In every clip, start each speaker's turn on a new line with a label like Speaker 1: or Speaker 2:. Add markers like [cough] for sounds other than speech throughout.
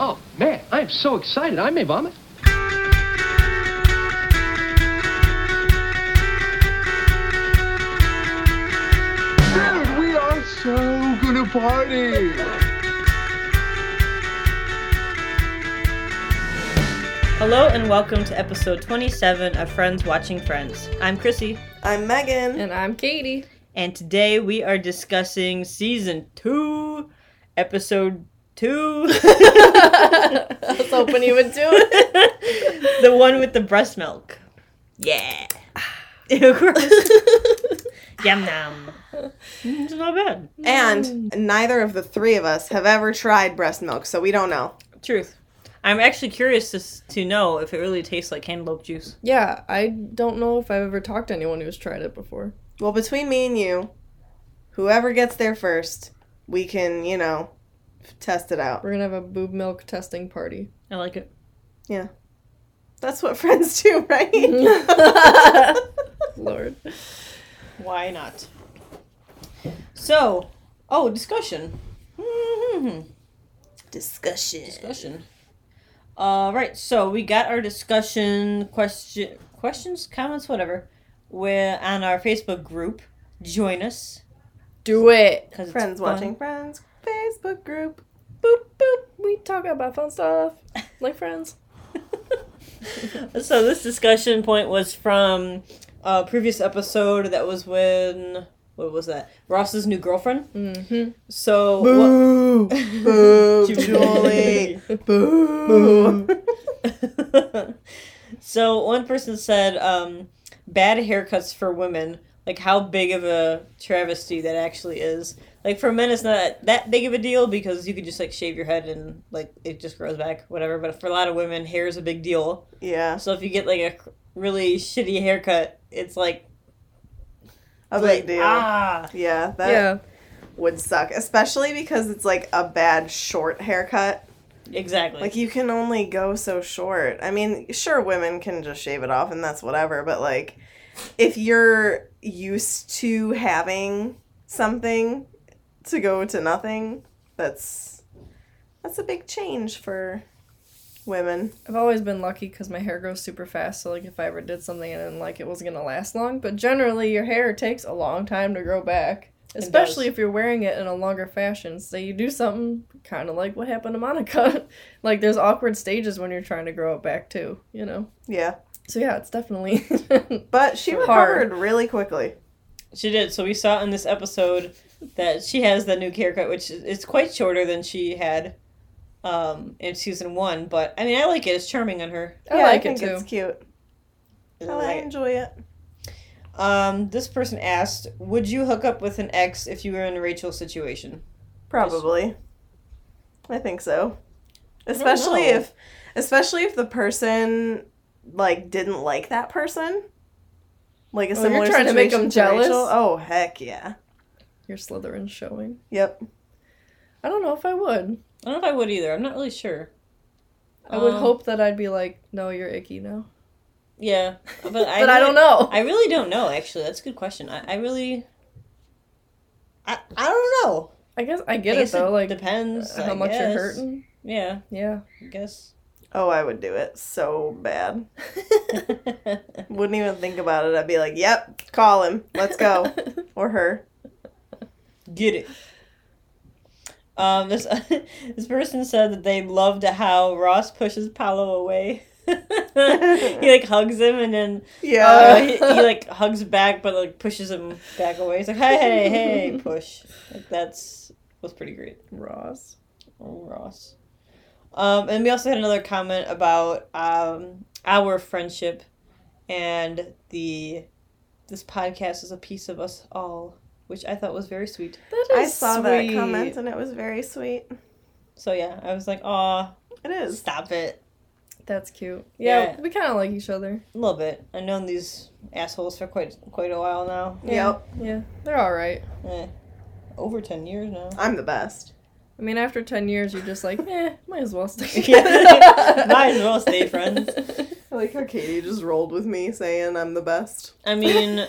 Speaker 1: Oh, man, I am so excited. I may vomit.
Speaker 2: Dude, we are so gonna party.
Speaker 3: Hello and welcome to episode 27 of Friends Watching Friends. I'm Chrissy,
Speaker 4: I'm Megan.
Speaker 5: And I'm Katie.
Speaker 3: and today we are discussing season 2, episode [laughs] 2,
Speaker 5: [laughs] I was hoping you would do it.
Speaker 3: the one with the breast milk. Yeah. [laughs] Gross. Yum nom. It's not bad.
Speaker 4: and neither of the three of us have ever tried breast milk, so we don't know.
Speaker 3: Truth. I'm actually curious to, s- to know if it really tastes like cantaloupe juice.
Speaker 5: [laughs] Yeah, I don't know if I've ever talked to anyone who's tried it before.
Speaker 4: Well, between me and you, whoever gets there first, we can, you know, f- test it out.
Speaker 5: We're gonna have a boob milk testing [laughs] party.
Speaker 3: I like it.
Speaker 4: That's what [laughs] friends do, right?
Speaker 5: Lord.
Speaker 3: Why not? So, oh, discussion. [laughs] hmm
Speaker 4: Discussion.
Speaker 3: discussion. All right, so we got our discussion question questions, comments, whatever, we're on our Facebook group. Join us
Speaker 5: Do it.
Speaker 3: because
Speaker 4: Friends watching friends Facebook group.
Speaker 5: Boop boop. We talk about fun stuff. Like friends.
Speaker 3: [laughs] so this discussion point was from a previous episode that was when what was that Ross's new girlfriend.
Speaker 5: Mm-hmm.
Speaker 3: So what-
Speaker 4: [laughs] Boo, boo, [laughs] Julie,
Speaker 3: Julie.
Speaker 4: boo.
Speaker 3: [laughs] so one person said um, bad haircuts for women like how big of a travesty that actually is like for men it's not that big of a deal because you could just like shave your head and like it just grows back whatever but for a lot of women hair is a big deal
Speaker 4: [laughs] Yeah,
Speaker 3: so if you get like a cr- really shitty haircut it's like
Speaker 4: a
Speaker 3: like,
Speaker 4: big deal.
Speaker 3: ah
Speaker 4: Yeah, that
Speaker 5: Yeah.
Speaker 4: would suck, especially because it's like a bad short haircut.
Speaker 3: exactly
Speaker 4: Like you can only go so short. I mean, sure women can just shave it off and that's whatever, but like if you're used to having something to go to nothing, that's that's a big change for women.
Speaker 5: I've always been lucky because my hair grows super fast. So like, if I ever did something and then like it wasn't gonna last long, but generally your hair takes a long time to grow back,
Speaker 3: does.
Speaker 5: especially if you're wearing it in a longer fashion. So you do something kind of like what happened to Monica. [laughs] like there's awkward stages when you're trying to grow it back too, you know.
Speaker 4: Yeah.
Speaker 5: So yeah, it's definitely [laughs]
Speaker 4: But she
Speaker 5: Hard.
Speaker 4: recovered really quickly.
Speaker 3: She did. So we saw in this episode that she has the new haircut, which is it's quite shorter than she had um, in season one. But I mean, I like it. It's charming on her.
Speaker 5: I
Speaker 4: yeah,
Speaker 5: like
Speaker 4: I think
Speaker 5: it too.
Speaker 4: it's cute.
Speaker 3: I
Speaker 4: I,
Speaker 3: like it.
Speaker 4: enjoy it.
Speaker 3: Um, this person asked, "Would you hook up with an ex if you were in Rachel's situation?"
Speaker 4: Probably. I think so. Especially
Speaker 3: know.
Speaker 4: if especially if the person like didn't like that person. Like a
Speaker 5: Oh, you're
Speaker 4: similar
Speaker 5: trying to make
Speaker 4: situation
Speaker 5: them
Speaker 4: to Rachel.
Speaker 5: jealous?
Speaker 4: Oh heck yeah.
Speaker 5: Your Slytherin showing.
Speaker 4: Yep.
Speaker 5: I don't know if I would.
Speaker 3: I don't know if I would either. I'm not really sure.
Speaker 5: I would
Speaker 3: Um,
Speaker 5: hope that I'd be like, no, you're icky now. [laughs]
Speaker 3: Yeah, but I
Speaker 5: but I
Speaker 3: really-
Speaker 5: don't know.
Speaker 3: I really don't know. Actually, that's a good question. I, I really. I, I don't know.
Speaker 5: I guess I
Speaker 3: I
Speaker 5: get it
Speaker 3: guess
Speaker 5: though. Like
Speaker 3: depends
Speaker 5: how
Speaker 3: I
Speaker 5: much
Speaker 3: guess.
Speaker 5: you're hurting.
Speaker 3: Yeah,
Speaker 5: Yeah.
Speaker 3: I
Speaker 5: [laughs]
Speaker 3: guess.
Speaker 4: Oh, I would do it so bad. Wouldn't even think about it. I'd be like, "Yep, call him. Let's [laughs] go."
Speaker 3: [laughs]
Speaker 4: or her.
Speaker 3: Get it. Um, this [laughs] this person said that they loved how Ross pushes Paolo away. [laughs] he like hugs him and then
Speaker 4: Yeah.
Speaker 3: uh, he, he like hugs back but like pushes him back away. He's like, hey, hey, hey, push. Like that's was pretty great.
Speaker 5: Ross.
Speaker 3: Oh, Ross. Um, and we also had another comment about um, our friendship and the this podcast is a piece of us all, which I thought was very sweet.
Speaker 5: That
Speaker 4: I saw that comment and it was very sweet.
Speaker 3: So yeah, I was like, "Aw,
Speaker 4: It is.
Speaker 3: stop it."
Speaker 5: That's cute. Yeah,
Speaker 3: Yeah.
Speaker 5: we kind of like each other.
Speaker 3: A little bit. I've known these assholes for quite quite a while now.
Speaker 4: Yep.
Speaker 5: Yeah, they're all right.
Speaker 3: Eh, over ten years now.
Speaker 4: I'm the best.
Speaker 5: I mean, after ten years, you're just like, eh, might as well stay.
Speaker 3: [laughs] Yeah. [laughs] Might as well stay
Speaker 5: [laughs]
Speaker 3: friends.
Speaker 4: I like how Katie just rolled with me saying I'm the best.
Speaker 3: I
Speaker 5: [laughs]
Speaker 3: mean,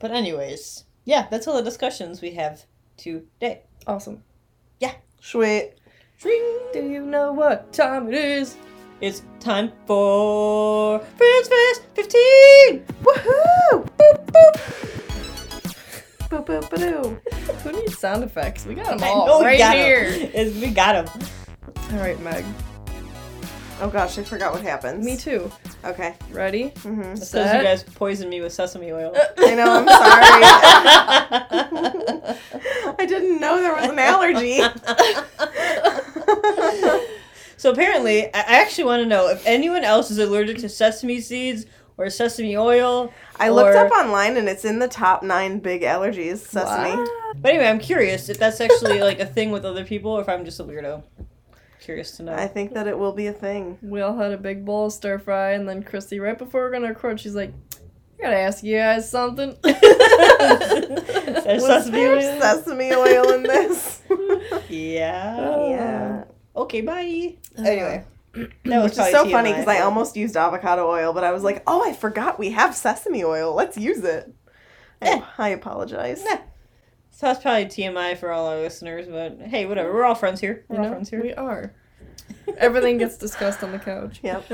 Speaker 3: but anyways, yeah, that's all the discussions we have today.
Speaker 5: awesome.
Speaker 4: Sweet.
Speaker 5: Do you know what time it is?
Speaker 3: It's time for Friends Fest 15!
Speaker 4: Woohoo! Boop boop. Boop boop ba-doo.
Speaker 5: Who needs sound effects? We got them
Speaker 3: I
Speaker 5: all
Speaker 3: know we
Speaker 5: Oh, right
Speaker 3: got 'em.
Speaker 5: here.
Speaker 3: It's- we got him.
Speaker 5: All right, Meg.
Speaker 4: Oh gosh, I forgot what happens.
Speaker 5: Me too.
Speaker 4: Okay.
Speaker 5: Ready?
Speaker 4: Mm-hmm.
Speaker 3: That's because you guys poisoned me with sesame
Speaker 5: [laughs]
Speaker 3: oil. [laughs]
Speaker 4: I know. I'm sorry. I didn't know there was
Speaker 3: [laughs]
Speaker 4: an allergy.
Speaker 3: so apparently, I I actually want to know if anyone else is allergic to sesame seeds or sesame oil.
Speaker 4: [laughs] I looked
Speaker 3: or-
Speaker 4: up online and it's in the top nine big allergies. Sesame.
Speaker 3: But anyway, I'm curious if that's
Speaker 4: [laughs]
Speaker 3: actually like a thing with other people or if I'm just a weirdo. Curious to know.
Speaker 4: I think that it will be a thing.
Speaker 5: We all had a big bowl of stir fry, and then Christy, right before we are gonna record, she's like, "I gotta ask you
Speaker 4: [laughs]
Speaker 5: guys something."
Speaker 3: There's
Speaker 4: Was
Speaker 3: sesame
Speaker 4: there
Speaker 3: oil.
Speaker 4: sesame oil in this?
Speaker 3: yeah.
Speaker 4: yeah.
Speaker 3: Okay, bye.
Speaker 5: Anyway,
Speaker 3: That was
Speaker 4: Uh, Which is
Speaker 3: probably
Speaker 4: so
Speaker 3: TMI.
Speaker 4: funny because I almost used avocado oil, but I was like, oh, I forgot we have sesame oil. Let's use it.
Speaker 3: Eh.
Speaker 4: I, I apologize.
Speaker 3: Nah. So that's probably TMI for all our listeners, but hey, whatever. We're all friends here. We're
Speaker 5: you
Speaker 3: all
Speaker 5: know,
Speaker 3: friends here. [laughs]
Speaker 5: we are. Everything gets discussed on the couch.
Speaker 4: Yep.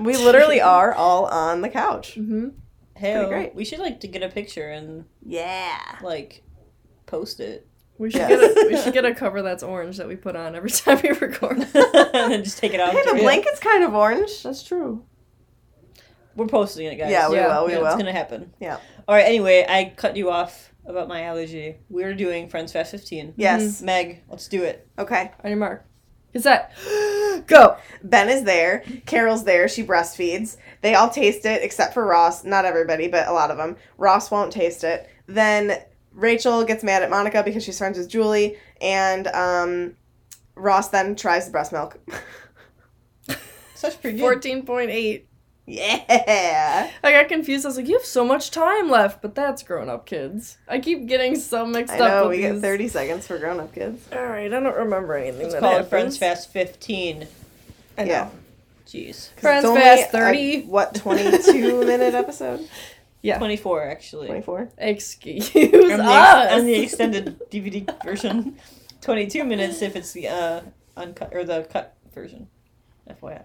Speaker 4: We literally are all on the couch.
Speaker 5: Mm-hmm.
Speaker 3: Hey,
Speaker 4: Pretty great.
Speaker 3: we should like to get a picture and
Speaker 4: Yeah.
Speaker 3: like post
Speaker 4: [laughs]
Speaker 3: it [laughs]
Speaker 5: We should
Speaker 4: Yes. [laughs]
Speaker 5: get a we should get a cover that's orange that we put on every [laughs] time we record.
Speaker 3: and then just take it out.
Speaker 4: Hey, the
Speaker 3: Yeah.
Speaker 4: blanket's kind of orange. That's true.
Speaker 3: We're posting it, guys.
Speaker 4: Oh, Yeah, we
Speaker 5: Yeah,
Speaker 4: will. We
Speaker 3: Yeah, It's
Speaker 4: will.
Speaker 3: gonna happen.
Speaker 4: Yeah.
Speaker 3: All right. Anyway, I cut you off about my allergy. We're doing Friends Fest 15.
Speaker 4: Yes.
Speaker 3: Meg, let's do it.
Speaker 4: Okay.
Speaker 5: on your mark, is that [gasps] go?
Speaker 4: Ben is there. Carol's there. She breastfeeds. They all taste it except for Ross. Not everybody, but a lot of them. Ross won't taste it. Then Rachel gets mad at Monica because she's friends with Julie, and um, Ross then tries the breast milk. [laughs]
Speaker 3: Such pretty good.
Speaker 5: Fourteen point eight.
Speaker 4: yeah.
Speaker 5: I got confused. I was like, "You have so much time left," but that's grown up kids. I keep getting so mixed
Speaker 4: I
Speaker 5: up.
Speaker 4: know.
Speaker 5: with
Speaker 4: We
Speaker 5: these.
Speaker 4: get 30 seconds for grown up kids.
Speaker 5: All right, I don't remember anything
Speaker 3: It's
Speaker 5: that
Speaker 3: called
Speaker 5: happens.
Speaker 3: Friends Fest 15.
Speaker 5: I know.
Speaker 4: Yeah.
Speaker 3: Jeez.
Speaker 4: 'Cause
Speaker 5: Friends
Speaker 4: it's only
Speaker 5: Fast
Speaker 4: a,
Speaker 5: 30.
Speaker 4: what, 22 minute
Speaker 5: [laughs]
Speaker 4: episode?
Speaker 5: Yeah.
Speaker 3: 24, actually.
Speaker 4: 24?
Speaker 5: [laughs] Excuse
Speaker 3: From the,
Speaker 5: us.
Speaker 3: ex- on the extended DVD version. 22 minutes if it's the uh, uncut or the cut version. FYI.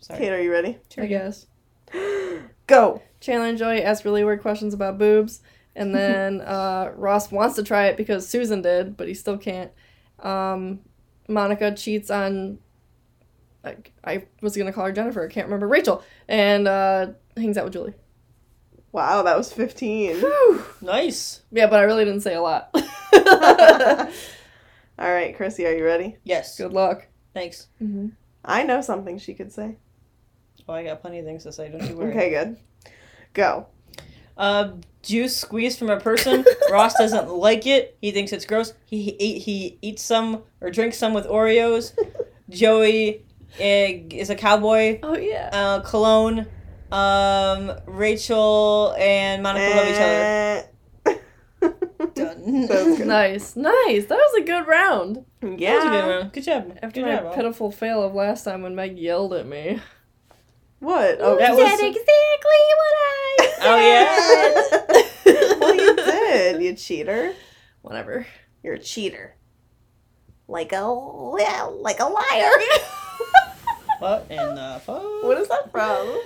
Speaker 3: Sorry.
Speaker 4: Kate, are you ready?
Speaker 5: [laughs] I guess.
Speaker 4: Go.
Speaker 5: Chandler and Joey ask really weird questions about boobs, and then uh, Ross wants to try it because Susan did, but he still can't. Um, Monica cheats on. I, I was gonna call her Jennifer. I can't remember Rachel, and uh, hangs out with Julie.
Speaker 4: Wow, that was 15.
Speaker 3: Nice.
Speaker 5: Yeah, but I really didn't say a lot.
Speaker 4: All right, Chrissy, are you ready?
Speaker 3: Yes.
Speaker 5: Good luck.
Speaker 3: Thanks.
Speaker 4: I know something she could say.
Speaker 3: Oh, I got plenty of things to say. Don't you worry.
Speaker 4: Okay, good. Go.
Speaker 3: Uh, juice squeezed from a
Speaker 4: [laughs]
Speaker 3: person. Ross doesn't like it. He thinks it's gross. He he, eat, he eats some or drinks some with
Speaker 4: [laughs]
Speaker 3: Oreos. Joey eh, is a cowboy.
Speaker 5: Oh yeah.
Speaker 3: Uh, cologne. Um, Rachel and Monica love each
Speaker 4: Eh.
Speaker 3: other.
Speaker 4: [laughs]
Speaker 3: Done.
Speaker 4: That was good.
Speaker 5: Nice, nice. That was a good round.
Speaker 3: [laughs] That was a good
Speaker 4: Yeah.
Speaker 3: one. Good job.
Speaker 5: After
Speaker 3: good
Speaker 5: my
Speaker 3: job. Al.
Speaker 5: pitiful fail of last time when Meg yelled at me.
Speaker 4: What? Oh,
Speaker 3: That
Speaker 4: you
Speaker 3: was-
Speaker 4: said
Speaker 5: exactly what I.
Speaker 3: Oh yeah.
Speaker 4: it. [laughs] well, you did. You cheater.
Speaker 5: [laughs] Whatever.
Speaker 4: You're a cheater. Like a li- like a
Speaker 3: [laughs]
Speaker 4: liar.
Speaker 3: what in the fuck?
Speaker 4: what is that from?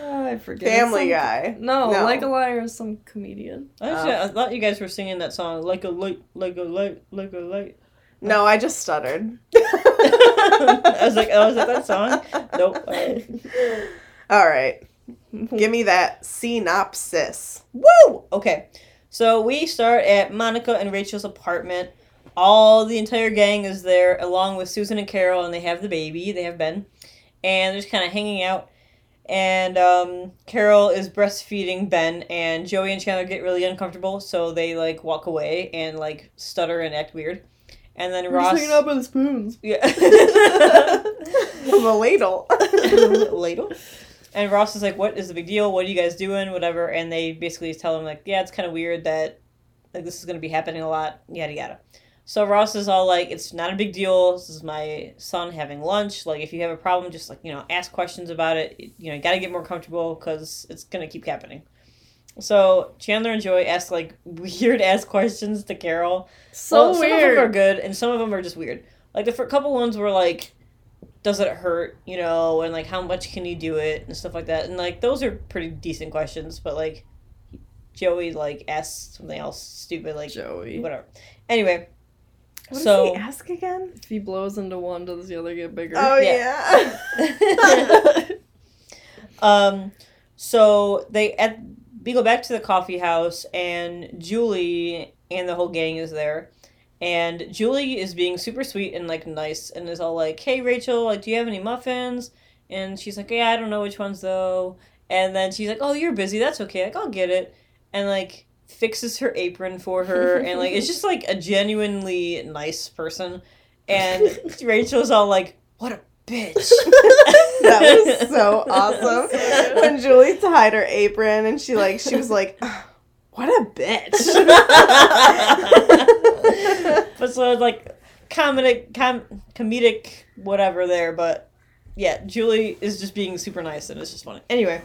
Speaker 4: Oh,
Speaker 5: I forget.
Speaker 4: Family
Speaker 5: Some-
Speaker 4: Guy.
Speaker 5: No,
Speaker 4: No.
Speaker 5: like a liar is some comedian.
Speaker 3: I, actually- I thought you guys were singing that song like a light, like a light, like a
Speaker 4: [laughs]
Speaker 3: light. [laughs]
Speaker 4: No, I just [laughs] stuttered.
Speaker 3: I was like, oh, is that that song? Nope.
Speaker 4: [laughs]
Speaker 3: Alright.
Speaker 4: All right, give me that synopsis.
Speaker 3: Woo! Okay. So we start at Monica and Rachel's apartment. All the entire gang is there, along with Susan and Carol, and they have the baby. They have Ben. And they're just kind of hanging out. And um, Carol is breastfeeding Ben, and Joey and Chandler get really uncomfortable, so they like walk away and like stutter and act weird. And then Ross.
Speaker 5: by the spoons.
Speaker 3: [laughs] Yeah. [laughs]
Speaker 4: The ladle. [laughs]
Speaker 3: ladle. And Ross is like, "What is the big deal? What are you guys doing? Whatever." And they basically tell him like, "Yeah, it's kind of weird that like this is going to be happening a lot, yada yada." So Ross is all like, "It's not a big deal. This is my son having lunch. Like, if you have a problem, just like you know, ask questions about it. You know, you got to get more comfortable because it's going to keep happening." So Chandler and Joy ask like [laughs] weird ass questions to Carol.
Speaker 5: So
Speaker 3: Well, Some of them are
Speaker 5: weird.
Speaker 3: good, and some of them are just weird. Like the fir- couple ones were like, does it hurt? You know, and like how much can you do it and stuff like that. And like those are pretty decent questions, but like Joey like asked something else stupid like
Speaker 5: Joey.
Speaker 3: whatever. Anyway,
Speaker 4: What
Speaker 3: so
Speaker 4: does he ask again?
Speaker 5: If he blows into one, does the other get bigger?
Speaker 4: Oh yeah. [laughs]
Speaker 3: [laughs] Um, so they at we go back to the coffee house, and Julie and the whole gang is there, and Julie is being super sweet and like nice, and is all like, "Hey Rachel, like, do you have any muffins?" And she's like, "Yeah, I don't know which ones though." And then she's like, "Oh, you're busy. That's okay. Like, I'll get it." And like fixes her apron for her, and like it's just like a genuinely nice person.
Speaker 4: [laughs]
Speaker 3: And Rachel's all like, "What a bitch."
Speaker 4: that was [laughs] so
Speaker 3: [laughs]
Speaker 4: awesome. When Julie tied her apron and she like she was like, "What a [laughs] bitch."
Speaker 3: but so like comedic com- comedic whatever there but yeah julie is just being super nice and it's just funny anyway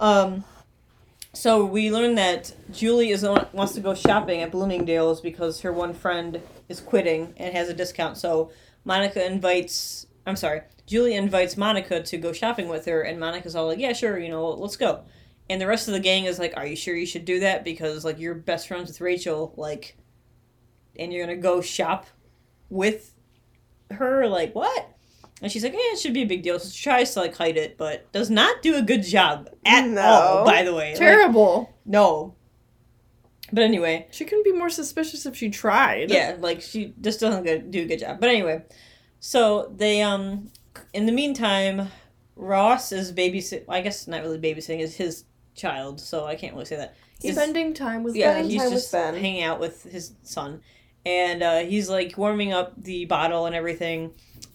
Speaker 3: um so we learn that julie is wants to go shopping at bloomingdale's because her one friend is quitting and has a discount so monica invites i'm sorry julie invites monica to go shopping with her and monica's all like yeah sure you know let's go and the rest of the gang is like are you sure you should do that because like you're best friends with rachel like and you're gonna go shop with her like what and she's like yeah it should be a big deal so she tries to like hide it but does not do a good job at
Speaker 4: No.
Speaker 3: all by the way Like,
Speaker 5: Terrible.
Speaker 3: no but anyway
Speaker 5: She couldn't be more suspicious if she tried.
Speaker 3: yeah like she just doesn't go- do a good job but anyway so they um in the meantime ross is babysit i guess not really babysitting is his child so i can't really say that
Speaker 5: He's
Speaker 3: Just-
Speaker 5: spending time with
Speaker 3: yeah,
Speaker 5: Ben.
Speaker 3: he's
Speaker 4: time with
Speaker 3: just
Speaker 4: Ben.
Speaker 3: hanging out with his son, and uh, he's like warming up the bottle and everything.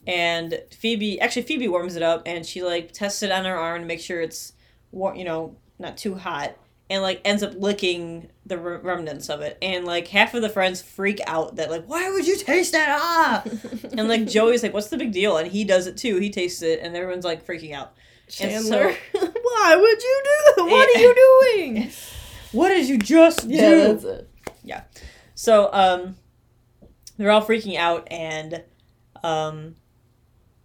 Speaker 3: And Phoebe, actually, Phoebe warms it up, and she like tests it on her arm to make sure it's, war- you know, not too hot, and like ends up licking the re- remnants of it. And like half of the friends freak out that like, why would you taste that? Ah! and like Joey's like, what's the big deal? And he does it too. He tastes it, and everyone's like freaking out. And so-
Speaker 5: Chandler. [laughs] Why would you do that? What
Speaker 3: Yeah.
Speaker 5: are you doing?
Speaker 3: what did you just
Speaker 5: Yeah,
Speaker 3: do?
Speaker 5: that's it.
Speaker 3: So um, they're all freaking out, and um,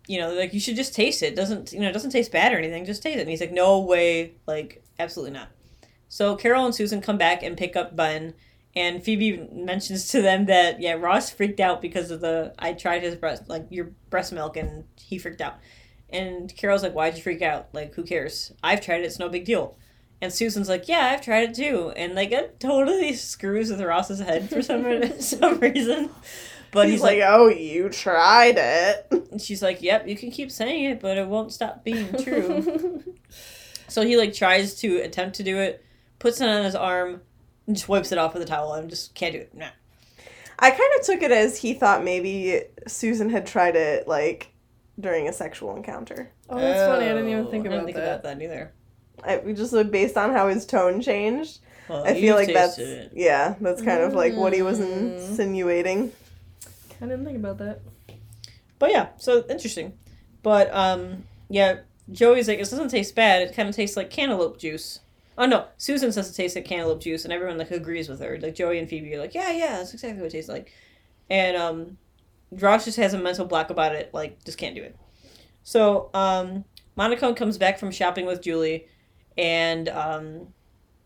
Speaker 3: you know, they're like you should just taste it. Doesn't you know? It doesn't taste bad or anything. Just taste it. And he's like, no way, like absolutely not. So Carol and Susan come back and pick up Bun, and Phoebe mentions to them that yeah, Ross freaked out because of the I tried his breast like your breast milk, and he freaked out. And Carol's like, why'd you freak out? Like, who cares? I've tried it. It's no big deal. And Susan's like, yeah, I've tried it too. And like, it totally [laughs] screws with Ross's head for
Speaker 4: [laughs]
Speaker 3: some [laughs] some reason. But
Speaker 4: He's like, "Oh, you tried it."
Speaker 3: and she's like, "Yep, you can keep saying it, but it won't stop being true."
Speaker 5: [laughs]
Speaker 3: so he like tries to attempt to do it, puts it on his arm, and just wipes it off with a towel. and just can't do it. No.
Speaker 4: I kind of took it as he thought maybe Susan had tried it like during a sexual encounter.
Speaker 5: Oh, that's funny. I didn't even think
Speaker 3: I
Speaker 5: about
Speaker 3: think
Speaker 5: that.
Speaker 3: about that either.
Speaker 4: I, just like, based on how his tone changed,
Speaker 3: Well,
Speaker 4: I
Speaker 3: you
Speaker 4: feel like
Speaker 3: tasted
Speaker 4: that's
Speaker 3: it. Mm.
Speaker 4: yeah, that's kind of like what he was insinuating.
Speaker 5: I didn't think about that.
Speaker 3: But yeah, so interesting. But um, yeah, Joey's like, "It doesn't taste bad. It kind of tastes like cantaloupe juice." Oh no, Susan says it tastes like cantaloupe juice, and everyone like agrees with her. Like Joey and Phoebe are like, "Yeah, yeah, that's exactly what it tastes like." And um, Ross just has a mental block about it. Like, just can't do it. So um, Monica comes back from shopping with Julie, and um,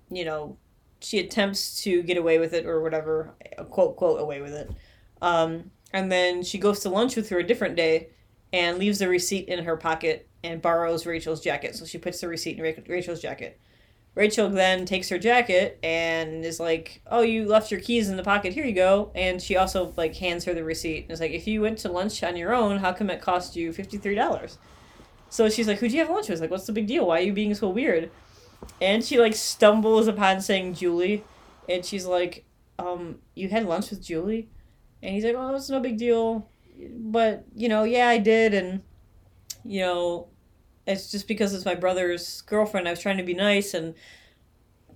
Speaker 3: you know, she attempts to get away with it or whatever, quote quote away with it. Um, and then she goes to lunch with her a different day and leaves the receipt in her pocket and borrows Rachel's jacket. So she puts the receipt in Ra- Rachel's jacket. Rachel then takes her jacket and is like, "Oh, you left your keys in the pocket. Here you go." And she also like hands her the receipt and is like, "If you went to lunch on your own, how come it cost you fifty three dollars?" So she's like, "Who'd you have lunch with? Like, what's the big deal? Why are you being so weird?" And she like stumbles upon saying Julie, and she's like, "Um, you had lunch with Julie?" And he's like, "Oh, it's no big deal, but you know, yeah, I did, and you know, it's just because it's my brother's girlfriend. I was trying to be nice." And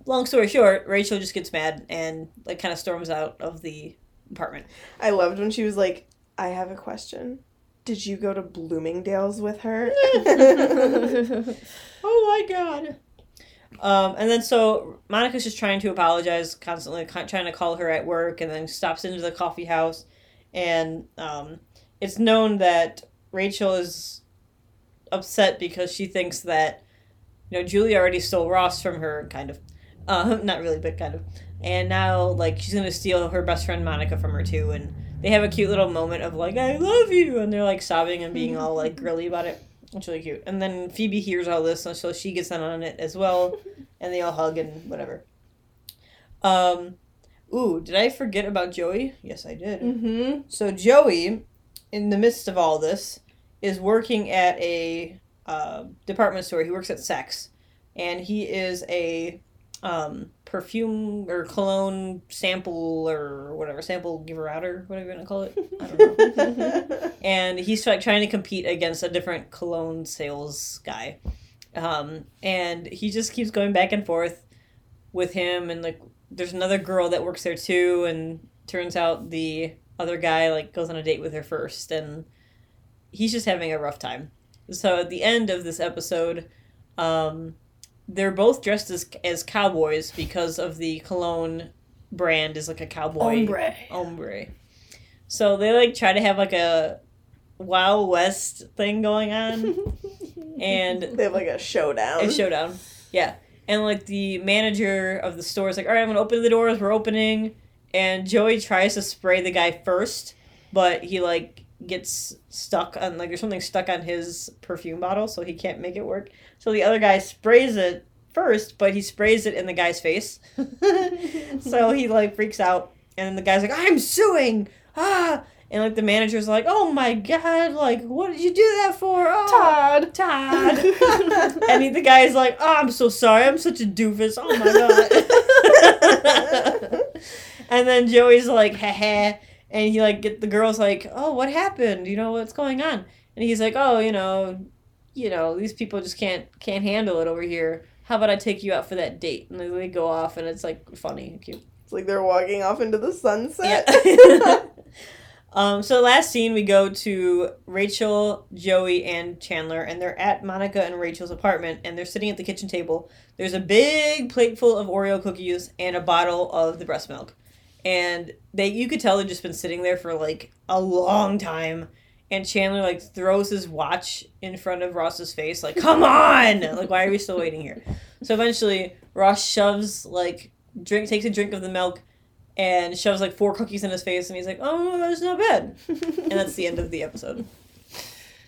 Speaker 3: long story short, Rachel just gets mad and like kind of storms out of the apartment.
Speaker 4: I loved when she was like, "I have a question. Did you go to Bloomingdale's with her?"
Speaker 3: [laughs]
Speaker 4: [laughs]
Speaker 3: Oh my god. Um, and then so Monica's just trying to apologize constantly, ki- trying to call her at work, and then stops into the coffee house, and um, it's known that Rachel is upset because she thinks that you know Julie already stole Ross from her, kind of, uh, [laughs] not really, but kind of, and now like she's gonna steal her best friend Monica from her too, and they have a cute little moment of like I love you, and they're like sobbing and being all like girly about it. It's really cute. And then Phoebe hears all this, and so she gets in on it as well, and they all hug and whatever. Um, ooh, did I forget about Joey? Yes, I did.
Speaker 5: [laughs] Mm-hmm.
Speaker 3: So Joey, in the midst of all this, is working at a uh, department store. He works at Saks, and he is a um, perfume or cologne sample or whatever sample giver outer, whatever you want to call it. I don't know. and he's like trying to compete against a different cologne sales guy, um, and he just keeps going back and forth with him. And like, there's another girl that works there too, and turns out the other guy like goes on a date with her first and he's just having a rough time so at the end of this episode um, they're both dressed as, as cowboys because of the cologne brand is like a
Speaker 4: Oh
Speaker 3: cowboy
Speaker 5: Ombre.
Speaker 3: Ombre. Oh, so they like try to have like a wild west thing going on and
Speaker 4: They have like a showdown.
Speaker 3: a showdown. Yeah. And like the manager of the store is like, all right, I'm gonna open the doors. We're opening. And Joey tries to spray the guy first, but he like gets stuck on like there's something stuck on his perfume bottle, so he can't make it work. So the other guy sprays it first, but he sprays it in the guy's face. so he like freaks out, and then the guy's like, I'm suing. Ah. And like the manager's like, oh my god, like what did you do that for? Oh. [laughs]
Speaker 5: Todd.
Speaker 3: Todd. and he, the guy's like, oh, I'm so sorry. I'm such a doofus. Oh my God. [laughs] and then Joey's like, ha ha. And he like get the girl's like, oh, what happened? You know what's going on? And he's like, oh, you know, you know, these people just can't can't handle it over here. How about I take you out for that date? And then they go off, and it's like funny, and cute.
Speaker 4: It's like they're walking off into the sunset.
Speaker 3: Yeah. [laughs] um, so last scene, we go to Rachel, Joey, and Chandler, and they're at Monica and Rachel's apartment, and they're sitting at the kitchen table. There's a big plate full of Oreo cookies and a bottle of the breast milk, and they you could tell they've just been sitting there for like a long time. And Chandler like throws his watch in front of Ross's face, like "Come on! Like why are we still waiting here?" So eventually, Ross shoves like drink takes a drink of the milk and shoves like four cookies in his face, and he's like, "Oh, that's not bad." and that's the end of the episode.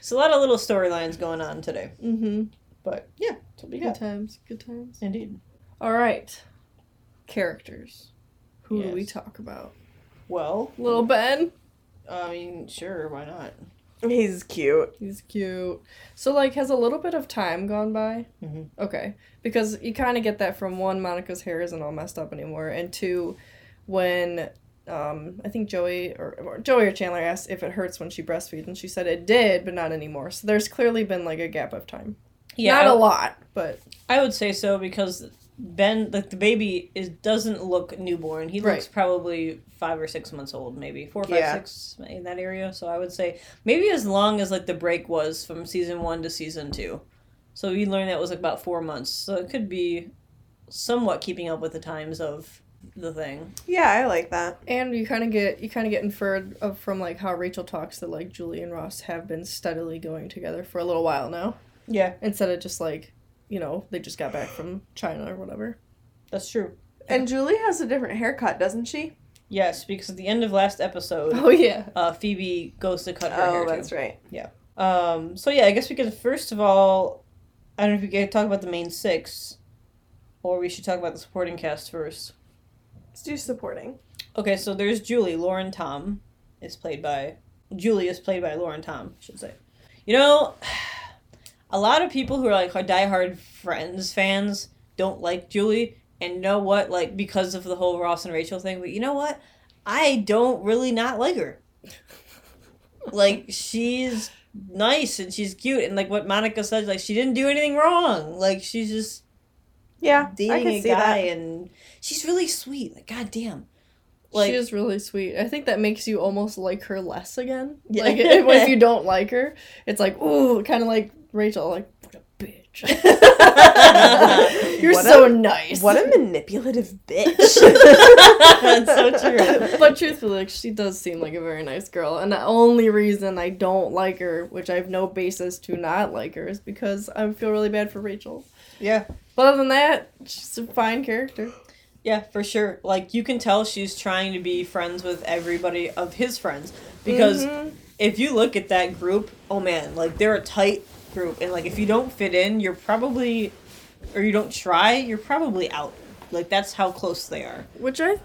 Speaker 3: So a lot of little storylines going on today,
Speaker 5: Mm-hmm.
Speaker 3: but yeah, that's what we
Speaker 5: Good
Speaker 3: got.
Speaker 5: times. Good times.
Speaker 3: Indeed.
Speaker 5: All right. Characters. Who do we
Speaker 3: Yes.
Speaker 5: talk about?
Speaker 3: Well,
Speaker 5: Little Ben.
Speaker 3: I mean, sure, why not?
Speaker 4: [laughs] He's cute.
Speaker 5: He's cute. So, like, has a little bit of time gone by?
Speaker 3: Mhm.
Speaker 5: Okay. Because you kind of get that from one, Monica's hair isn't all messed up anymore, and two, when um, I think Joey or, or Joey or Chandler asked if it hurts when she breastfeeds, and she said it did, but not anymore. So there's clearly been like a gap of time.
Speaker 3: Yeah,
Speaker 5: not
Speaker 3: I-
Speaker 5: a lot, but
Speaker 3: I would say so because Ben, like the baby, is doesn't look newborn. He looks
Speaker 5: Right.
Speaker 3: probably five or six months old, maybe four, five,
Speaker 4: Yeah.
Speaker 3: six in that area. So I would say maybe as long as like the break was from season one to season two. So we learned that was like about four months. So it could be somewhat keeping up with the times of the thing.
Speaker 4: Yeah, I like that.
Speaker 5: and you kind of get you kind of get inferred of, from like how Rachel talks that like Julie and Ross have been steadily going together for a little while now,
Speaker 3: Yeah,
Speaker 5: instead of just like you know they just got back from China or whatever.
Speaker 3: that's true.
Speaker 4: And Julie has a different haircut, doesn't she?
Speaker 3: Yes, because at the end of last episode,
Speaker 5: Oh yeah.
Speaker 3: uh, Phoebe goes to cut her hair.
Speaker 4: Oh,
Speaker 3: too.
Speaker 4: that's right.
Speaker 3: Um, so yeah, I guess we could first of all, I don't know if we can talk about the main six, or we should talk about the supporting cast first.
Speaker 4: Let's do supporting.
Speaker 3: Okay, so there's Julie. Lauren Tom is played by Julie is played by Lauren Tom. I should say. You know, [sighs] a lot of people who are like diehard Friends fans don't like Julie, and you know what? Like because of the whole Ross and Rachel thing. But you know what? I don't really not like
Speaker 4: [laughs]
Speaker 3: her. like she's nice and she's cute and like what Monica said, like she didn't do anything wrong. Like she's just
Speaker 4: Yeah, I
Speaker 3: dating
Speaker 4: can
Speaker 3: a
Speaker 4: see
Speaker 3: guy
Speaker 4: that.
Speaker 3: and she's really sweet. Like goddamn. Like,
Speaker 5: she is really sweet. I think that makes you almost like her less again.
Speaker 3: Yeah.
Speaker 5: Like if, if you don't like her, it's like ooh, kind of like Rachel, like what a bitch. [laughs] You're
Speaker 4: What
Speaker 5: so
Speaker 4: a-
Speaker 5: nice.
Speaker 4: What a
Speaker 3: [laughs]
Speaker 4: manipulative bitch. [laughs]
Speaker 3: That's so true.
Speaker 5: [laughs] but truthfully, like, she does seem like a very nice girl, and the only reason I don't like her, which I have no basis to not like her, is because I feel really bad for Rachel.
Speaker 4: yeah.
Speaker 5: But other than that, she's a fine character.
Speaker 3: Yeah, for sure. Like you can tell she's trying to be friends with everybody of his friends because
Speaker 5: Mhm.
Speaker 3: if you look at that group, oh man, like they're a tight group and like if you don't fit in, you're probably or you don't try, you're probably out. Like that's how close they are.
Speaker 5: which I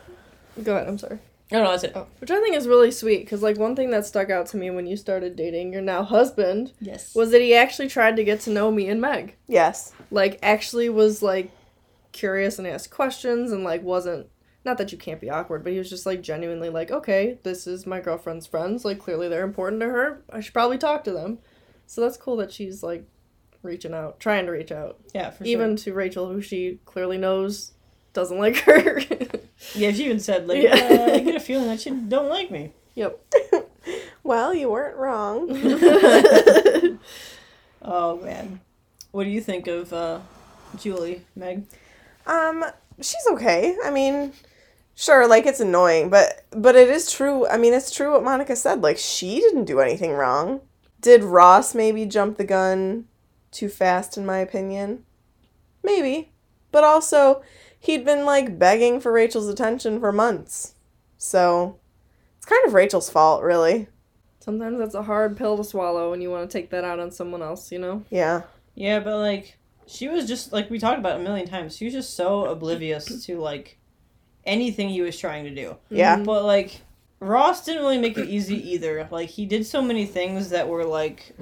Speaker 5: go ahead. I'm sorry.
Speaker 3: No, no, that's it.
Speaker 5: Oh, which I think is really sweet because like one thing that stuck out to me when you started dating your now husband
Speaker 3: Yes.
Speaker 5: was that he actually tried to get to know me and Meg.
Speaker 4: Yes.
Speaker 5: Like actually was like curious and asked questions and like wasn't not that you can't be awkward, but he was just like genuinely like, okay, this is my girlfriend's friends. Like clearly they're important to her. I should probably talk to them. So that's cool that she's like reaching out, trying to reach out,
Speaker 3: yeah, for
Speaker 5: even to Rachel, who she clearly knows doesn't [laughs] like her.
Speaker 3: sure. Yeah, she even said like
Speaker 5: Yeah.
Speaker 3: uh, I get a feeling that you don't like me.
Speaker 5: yep.
Speaker 4: Well, you weren't wrong.
Speaker 3: Oh man. What do you think of uh Julie, Meg?
Speaker 4: Um, she's okay. I mean, sure, like it's annoying, but but it is true. I mean, it's true what Monica said. Like she didn't do anything wrong. Did Ross maybe jump the gun too fast in my opinion? Maybe. But also, he'd been like begging for Rachel's attention for months. So, it's kind of Rachel's fault, really.
Speaker 5: Sometimes that's a hard pill to swallow and you want to take that out on someone else, you know?
Speaker 4: Yeah.
Speaker 3: Yeah, but like she was just like we talked about a million times. She was just so oblivious to like anything he was trying to do.
Speaker 4: Yeah.
Speaker 3: But like Ross didn't really make it easy either. Like he did so many things that were like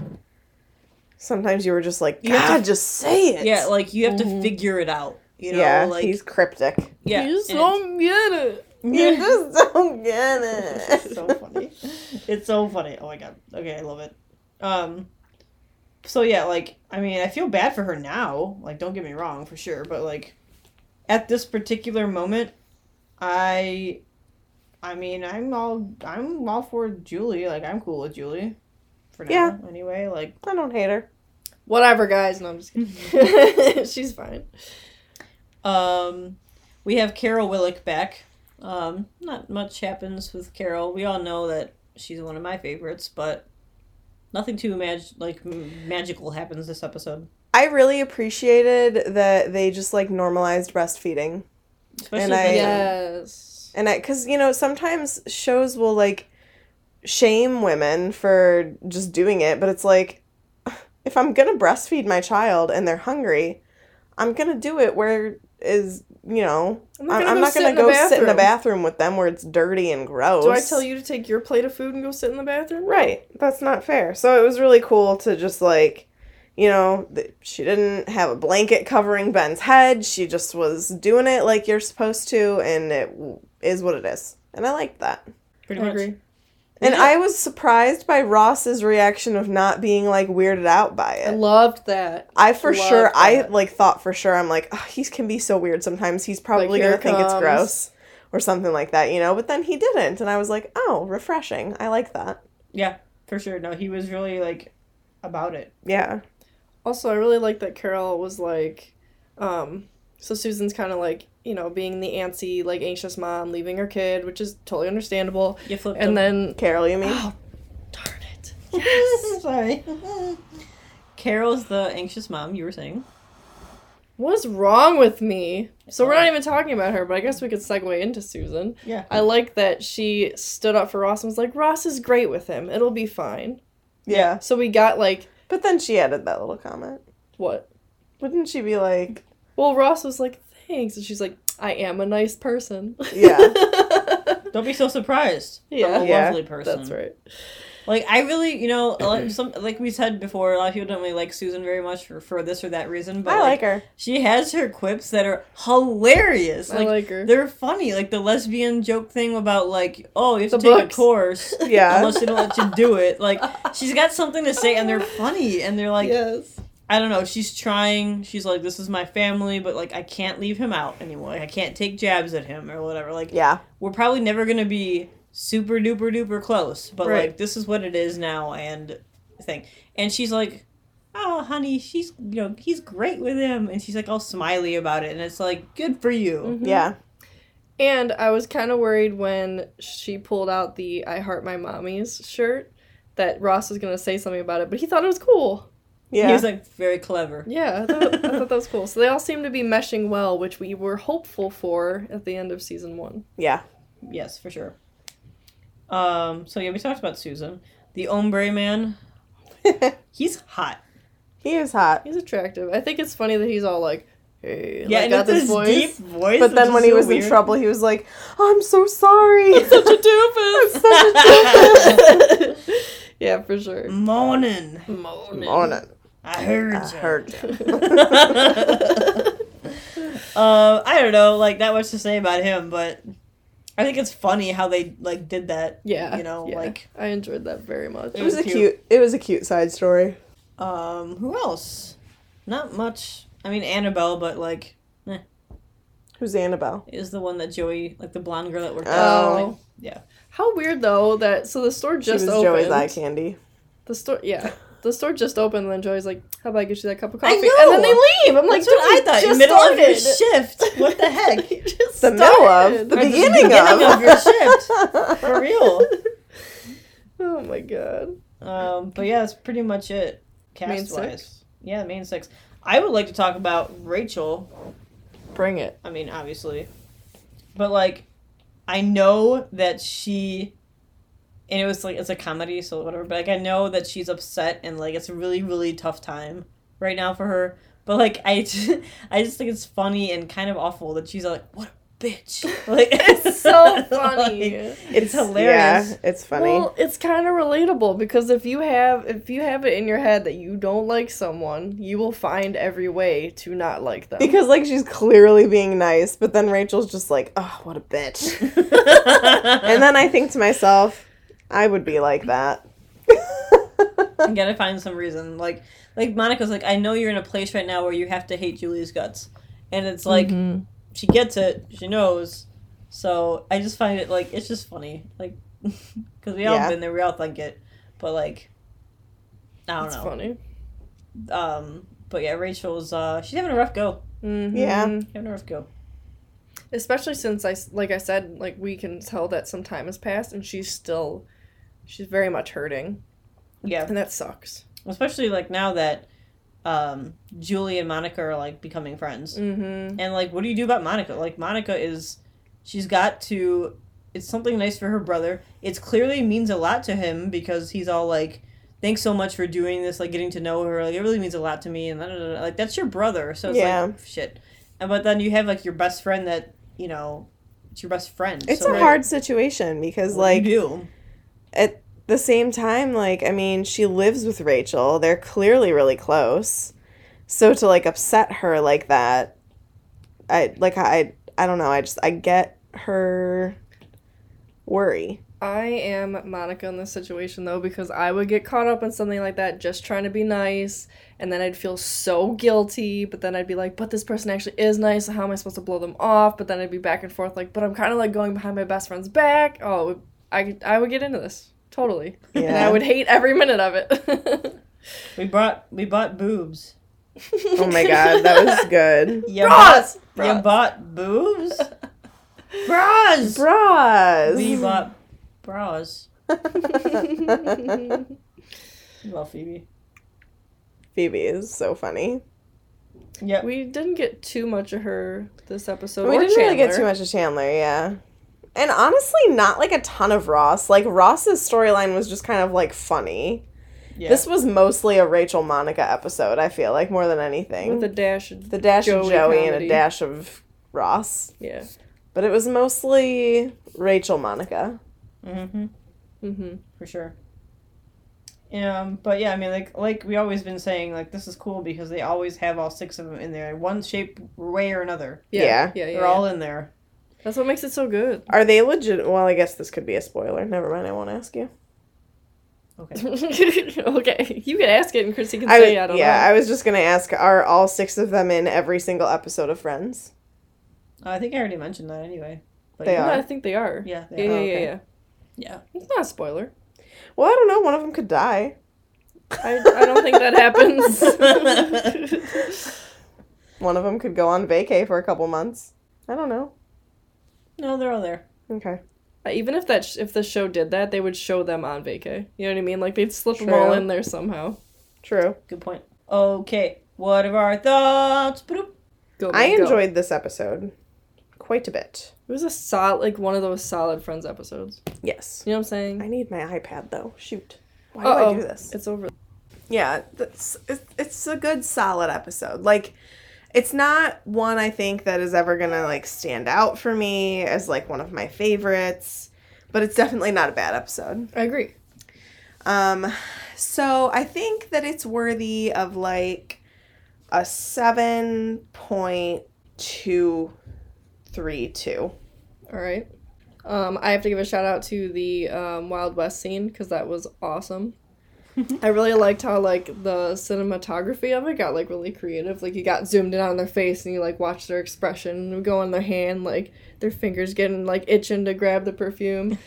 Speaker 4: Sometimes you were just like,
Speaker 3: You have
Speaker 4: God, just say it. Mm-hmm.
Speaker 3: yeah, like you have to figure it out. You know,
Speaker 4: yeah,
Speaker 3: like
Speaker 4: he's cryptic.
Speaker 3: yeah,
Speaker 5: You just
Speaker 3: and
Speaker 5: don't get it.
Speaker 4: You
Speaker 5: [laughs]
Speaker 3: it's- [laughs]
Speaker 4: just don't get
Speaker 3: it's
Speaker 4: it.
Speaker 3: so funny. [laughs] It's so funny. Oh my god. Okay, I love it. Um so yeah, like I mean, I feel bad for her now. Like don't get me wrong for sure, but like at this particular moment, I I mean, I'm all I'm all for Julie. Like I'm cool with Julie for now
Speaker 4: Yeah.
Speaker 3: anyway. Like
Speaker 4: I don't hate her.
Speaker 5: Whatever, guys. No, I'm just [laughs] kidding. She's fine.
Speaker 3: Um, we have Carol Willick back. Um, not much happens with Carol. We all know that she's one of my favorites, but nothing too mag- like m- magical happens this episode.
Speaker 4: I really appreciated that they just like normalized breastfeeding.
Speaker 3: Especially
Speaker 4: And I-
Speaker 3: this-
Speaker 5: Yes.
Speaker 4: And I, cause you know, sometimes shows will like shame women for just doing it, but it's like, if I'm gonna breastfeed my child and they're hungry, I'm gonna do it where is, you know, I'm,
Speaker 5: I'm not gonna
Speaker 4: I'm
Speaker 5: go
Speaker 4: not gonna go
Speaker 5: sit in the
Speaker 4: sit in the
Speaker 5: bathroom.
Speaker 4: bathroom with them where it's dirty and gross.
Speaker 5: Do I tell you to take your plate of food and go sit in the bathroom?
Speaker 4: Right. That's not fair. So it was really cool to just like, you know, th- she didn't have a blanket covering Ben's head. She just was doing it like you're supposed to, and it w- is what it is. And I liked that.
Speaker 3: pretty
Speaker 5: I
Speaker 3: much.
Speaker 5: agree.
Speaker 4: And I was surprised by Ross's reaction of not being like weirded out by
Speaker 5: I
Speaker 4: it.
Speaker 5: loved that.
Speaker 4: I for
Speaker 5: love
Speaker 4: sure, I
Speaker 5: that.
Speaker 4: like thought for sure, I'm like, oh, he can be so weird sometimes. He's probably
Speaker 5: here
Speaker 4: gonna think it's
Speaker 5: comes.
Speaker 4: gross or something like that, you know? But then he didn't. And I was like, oh, refreshing. I like that.
Speaker 3: Yeah, for sure. No, he was really like about it.
Speaker 4: Yeah.
Speaker 5: Also, I really liked that Carol was like, um, so Susan's kind of like, you know, being the antsy, like anxious mom leaving her kid, which is totally understandable.
Speaker 3: You flipped
Speaker 5: And then,
Speaker 4: Carol, you mean?
Speaker 5: Oh, darn it.
Speaker 3: yes, sorry. Carol's the anxious mom. You were saying.
Speaker 5: What is wrong with me? So we're not even talking about her, but I guess we could segue into Susan.
Speaker 3: Yeah.
Speaker 5: I like that she stood up for Ross and was like, Ross is great with him. It'll be fine.
Speaker 4: yeah.
Speaker 5: So we got like,
Speaker 4: But then she added that little comment.
Speaker 5: what?
Speaker 4: Wouldn't she be like,
Speaker 5: Well, Ross was like, thanks. And she's like, I am a nice person.
Speaker 4: yeah,
Speaker 3: Don't be so surprised.
Speaker 5: Yeah.
Speaker 3: I'm a
Speaker 4: Yeah,
Speaker 3: lovely person.
Speaker 5: [laughs] That's right.
Speaker 3: Like I really, you know, a lot- some like we said before, a lot of people don't really like Susan very much for, for this or that reason. But
Speaker 4: I like her.
Speaker 3: She has her quips that are hilarious.
Speaker 5: I
Speaker 3: Like,
Speaker 5: like her.
Speaker 3: They're funny. Like the lesbian joke thing about like, oh, you have
Speaker 5: The
Speaker 3: to take
Speaker 5: books.
Speaker 3: a
Speaker 5: [laughs]
Speaker 3: course
Speaker 4: [laughs] Yeah.
Speaker 3: unless they don't let you do it. Like she's got something to say, and they're funny, and they're like,
Speaker 5: yes.
Speaker 3: I don't know. She's trying. She's like, this is my family, but like I can't leave him out anymore. Like, I can't take jabs at him or whatever. Like
Speaker 4: Yeah.
Speaker 3: we're probably never gonna be super duper duper close, but
Speaker 5: Right.
Speaker 3: like this is what it is now, and thing. And she's like, oh honey, she's you know he's great with him, and she's like all smiley about it, and it's like good for you.
Speaker 4: Yeah.
Speaker 5: And I was kind of worried when she pulled out the I Heart My Mommies shirt that Ross was going to say something about it, but he thought it was cool.
Speaker 4: Yeah.
Speaker 3: He
Speaker 4: [laughs]
Speaker 3: was like very clever.
Speaker 5: Yeah, I thought, I thought that was cool. So they all seem to be meshing well, which we were hopeful for at the end of season one.
Speaker 4: yeah.
Speaker 3: Yes, for sure. Um, so yeah, we talked about Susan, the ombre man. He's hot.
Speaker 4: he is hot.
Speaker 5: He's attractive. I think it's funny that he's all like, hey,
Speaker 3: Yeah,
Speaker 5: like,
Speaker 3: and
Speaker 5: got
Speaker 3: it's this deep voice.
Speaker 4: But then
Speaker 3: which
Speaker 4: when
Speaker 3: is
Speaker 4: he
Speaker 3: so
Speaker 4: was in
Speaker 3: weird.
Speaker 4: trouble, he was like, I'm so sorry. [laughs]
Speaker 5: Such a doofus. [laughs] yeah, for sure.
Speaker 3: moaning.
Speaker 4: Morning.
Speaker 3: I heard
Speaker 4: I
Speaker 3: ya.
Speaker 4: heard you.
Speaker 5: [laughs]
Speaker 3: [laughs]
Speaker 4: [laughs]
Speaker 3: Uh, I don't know, like that much to say about him, but I think it's funny how they like did that.
Speaker 5: Yeah.
Speaker 3: you know,
Speaker 5: yeah.
Speaker 3: like
Speaker 5: I enjoyed that very much.
Speaker 4: It was a cute. It was a cute side story.
Speaker 3: um, who else? Not much. I mean, Annabelle, but like
Speaker 4: Who's Annabelle?
Speaker 3: is the one that Joey, like the blonde girl that worked.
Speaker 4: um,
Speaker 3: out.
Speaker 5: Oh.
Speaker 3: yeah.
Speaker 5: How weird though that so the store just
Speaker 4: she was
Speaker 5: opened.
Speaker 4: Joey's eye candy.
Speaker 5: The store, yeah. The store just opened, and then Joey's like, "How about I get you that cup of coffee?"
Speaker 3: know!
Speaker 5: And then they leave. [laughs] I'm like,
Speaker 3: That's what I
Speaker 5: "Dude,
Speaker 3: thought.
Speaker 5: you
Speaker 3: Middle of your
Speaker 5: started."
Speaker 3: shift. What the
Speaker 5: [laughs]
Speaker 3: heck?
Speaker 5: You
Speaker 4: [laughs]
Speaker 5: just
Speaker 4: The middle of
Speaker 5: started.
Speaker 4: the
Speaker 3: Or the
Speaker 4: beginning,
Speaker 3: beginning
Speaker 4: of.
Speaker 3: of your shift.
Speaker 4: [laughs]
Speaker 3: For real.
Speaker 5: [laughs] Oh my god.
Speaker 3: Um, but yeah, that's pretty much it. Cast
Speaker 5: Main
Speaker 3: wise.
Speaker 5: six?
Speaker 3: Yeah, main six. I would like to talk about Rachel.
Speaker 5: Bring it.
Speaker 3: I mean, obviously. But like I know that she and it was like it's a comedy, so whatever, but like I know that she's upset and like it's a really, really tough time right now for her. But like I [laughs] just, I just think it's funny and kind of awful that she's like, What a
Speaker 5: [laughs]
Speaker 3: bitch. Like
Speaker 4: [laughs]
Speaker 5: It's so
Speaker 3: [laughs]
Speaker 5: funny. [laughs]
Speaker 3: like, it's hilarious.
Speaker 4: Yeah, it's funny.
Speaker 5: Well, it's kind of relatable because if you have if you have it in your head that you don't like someone, you will find every way to not like them.
Speaker 4: because like she's clearly being nice, but then Rachel's just like, "Oh, what a bitch." [laughs] and then I think to myself, I would be like that. [laughs]
Speaker 3: You gotta find some reason. Like like Monica's like, I know you're in a place right now where you have to hate Julie's guts. And it's like
Speaker 5: Mm-hmm.
Speaker 3: she gets it, she knows. So I just find it like it's just funny. Like [laughs] because we all
Speaker 4: Yeah.
Speaker 3: been there, we all think it. But like I don't
Speaker 5: it's
Speaker 3: know.
Speaker 5: funny.
Speaker 3: Um but yeah, Rachel's uh she's having a rough go.
Speaker 5: Mhm.
Speaker 4: Yeah.
Speaker 3: Having a rough go.
Speaker 5: especially since I s- like I said like we can tell that some time has passed and she's still she's very much hurting
Speaker 3: Yeah.
Speaker 5: and that sucks.
Speaker 3: Especially like now that um Julie and Monica are like becoming friends.
Speaker 5: Mm-hmm.
Speaker 3: And like, what do you do about Monica? Like, Monica is, she's got to. It's something nice for her brother. It's clearly means a lot to him because he's all like, "Thanks so much for doing this. Like, getting to know her. Like, it really means a lot to me." And da, da, da, da. like, that's your brother. So it's
Speaker 4: Yeah.
Speaker 3: like shit. And but then you have like your best friend that you know, it's your best friend.
Speaker 4: It's
Speaker 3: so,
Speaker 4: a
Speaker 3: like,
Speaker 4: hard situation because
Speaker 3: what
Speaker 4: like
Speaker 3: do you do.
Speaker 4: at the same time, like, I mean, she lives with Rachel. They're clearly really close. So to like upset her like that, I like I I don't know. I just I get her worry.
Speaker 5: I am Monica in this situation though because I would get caught up in something like that just trying to be nice and then I'd feel so guilty but then I'd be like but this person actually is nice so how am I supposed to blow them off but then I'd be back and forth like but I'm kind of like going behind my best friend's back. Oh, it would- I could- I would get into this totally. And I
Speaker 4: Yeah.
Speaker 5: would hate every minute of it. [laughs]
Speaker 3: We brought we bought boobs.
Speaker 4: oh [laughs] my god, that was good.
Speaker 3: You
Speaker 5: Bras!
Speaker 3: Bought, you
Speaker 5: Bras.
Speaker 3: bought
Speaker 4: [laughs]
Speaker 3: boobs. bras. We
Speaker 4: Bras.
Speaker 3: bought bras. Well, Phoebe.
Speaker 4: [laughs] Phoebe is so funny.
Speaker 3: Yeah.
Speaker 5: We didn't get too much of her this episode.
Speaker 4: we
Speaker 5: or
Speaker 4: didn't really get too
Speaker 5: Chandler.
Speaker 4: much of Chandler, yeah. And honestly, not like a ton of Ross. Like Ross's storyline was just kind of like funny.
Speaker 3: yeah.
Speaker 4: This was mostly a Rachel Monica episode, I feel like, more than anything.
Speaker 5: With a dash. of-
Speaker 4: the dash of
Speaker 5: Joey
Speaker 4: Joey and
Speaker 5: comedy.
Speaker 4: a dash of Ross.
Speaker 5: yeah.
Speaker 4: But it was mostly Rachel Monica.
Speaker 3: hmm
Speaker 5: hmm
Speaker 3: For sure. Um, but yeah, I mean, like, like we always been saying, like this is cool because they always have all six of them in there, in one shape, way or another.
Speaker 5: Yeah.
Speaker 4: Yeah.
Speaker 5: Yeah. yeah,
Speaker 3: They're all in there.
Speaker 5: That's what makes it so good. [laughs]
Speaker 4: Are they legit? Well, I guess this could be a spoiler. Never mind, I won't ask you.
Speaker 3: Okay.
Speaker 5: okay. You can ask it, and Chrissy can
Speaker 4: I
Speaker 5: say,
Speaker 4: w-
Speaker 5: "I don't
Speaker 4: yeah,
Speaker 5: know."
Speaker 4: I was just gonna ask: Are all six of them in every single episode of Friends?
Speaker 3: I think I already mentioned that anyway. But
Speaker 4: They
Speaker 5: No,
Speaker 4: are.
Speaker 5: [laughs] I think they are.
Speaker 3: Yeah,
Speaker 5: Yeah.
Speaker 3: they Oh,
Speaker 5: Yeah.
Speaker 4: are.
Speaker 3: [laughs]
Speaker 5: Yeah.
Speaker 4: Okay.
Speaker 5: yeah.
Speaker 3: Yeah.
Speaker 5: It's not a spoiler.
Speaker 4: Well, I don't know. One of them could die.
Speaker 5: I, I don't think that happens.
Speaker 4: [laughs] One of them could go on vacay for a couple months. I don't know.
Speaker 3: No, they're all there.
Speaker 4: Okay.
Speaker 5: [laughs] Even if that sh- if the show did that, they would show them on vacay. You know what I mean? Like they'd slip them all
Speaker 4: True.
Speaker 5: in there somehow.
Speaker 4: True.
Speaker 3: Good point. Okay, what of our thoughts? Boop.
Speaker 5: Go,
Speaker 4: I
Speaker 5: go.
Speaker 4: enjoyed this episode quite a bit.
Speaker 5: It was a solid, like one of those solid Friends episodes.
Speaker 4: Yes.
Speaker 5: You know what I'm
Speaker 4: I
Speaker 5: saying?
Speaker 4: need my iPad though. Shoot. Why
Speaker 5: Uh-oh.
Speaker 4: do I do this?
Speaker 5: It's over.
Speaker 4: Yeah, that's, it- it's a good solid episode. Like it's not one I think that is ever going to like stand out for me as like one of my favorites, but it's definitely not a bad episode.
Speaker 5: I agree.
Speaker 4: Um so I think that it's worthy of like a 7.232.
Speaker 5: All right. Um, I have to give a shout out to the um, Wild West scene because that was awesome. I really liked how like the cinematography of it got like really creative. Like you got zoomed in on their face and you like watched their expression and go on their hand, like their fingers getting like itching to grab the perfume.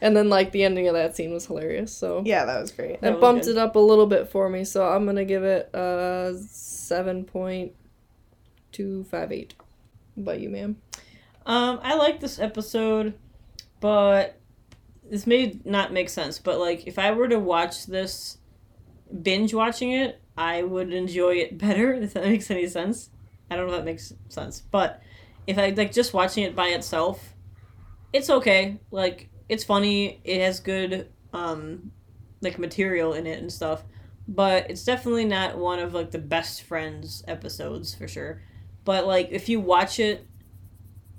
Speaker 5: and then like the ending of that scene was hilarious. So
Speaker 4: Yeah, that was great.
Speaker 3: That
Speaker 5: that
Speaker 3: was
Speaker 5: bumped
Speaker 3: good.
Speaker 5: it up a little bit for me. So I'm gonna give it a seven point two five eight. What about you, ma'am?
Speaker 3: Um, I like this episode, but this may not make sense. But like, if I were to watch this, binge watching it, I would enjoy it better. [laughs] If that makes any sense, I don't know if that makes sense. But if I like just watching it by itself, it's okay. Like, it's funny. It has good um, like material in it and stuff. But it's definitely not one of like the best friends episodes for sure. But like, if you watch it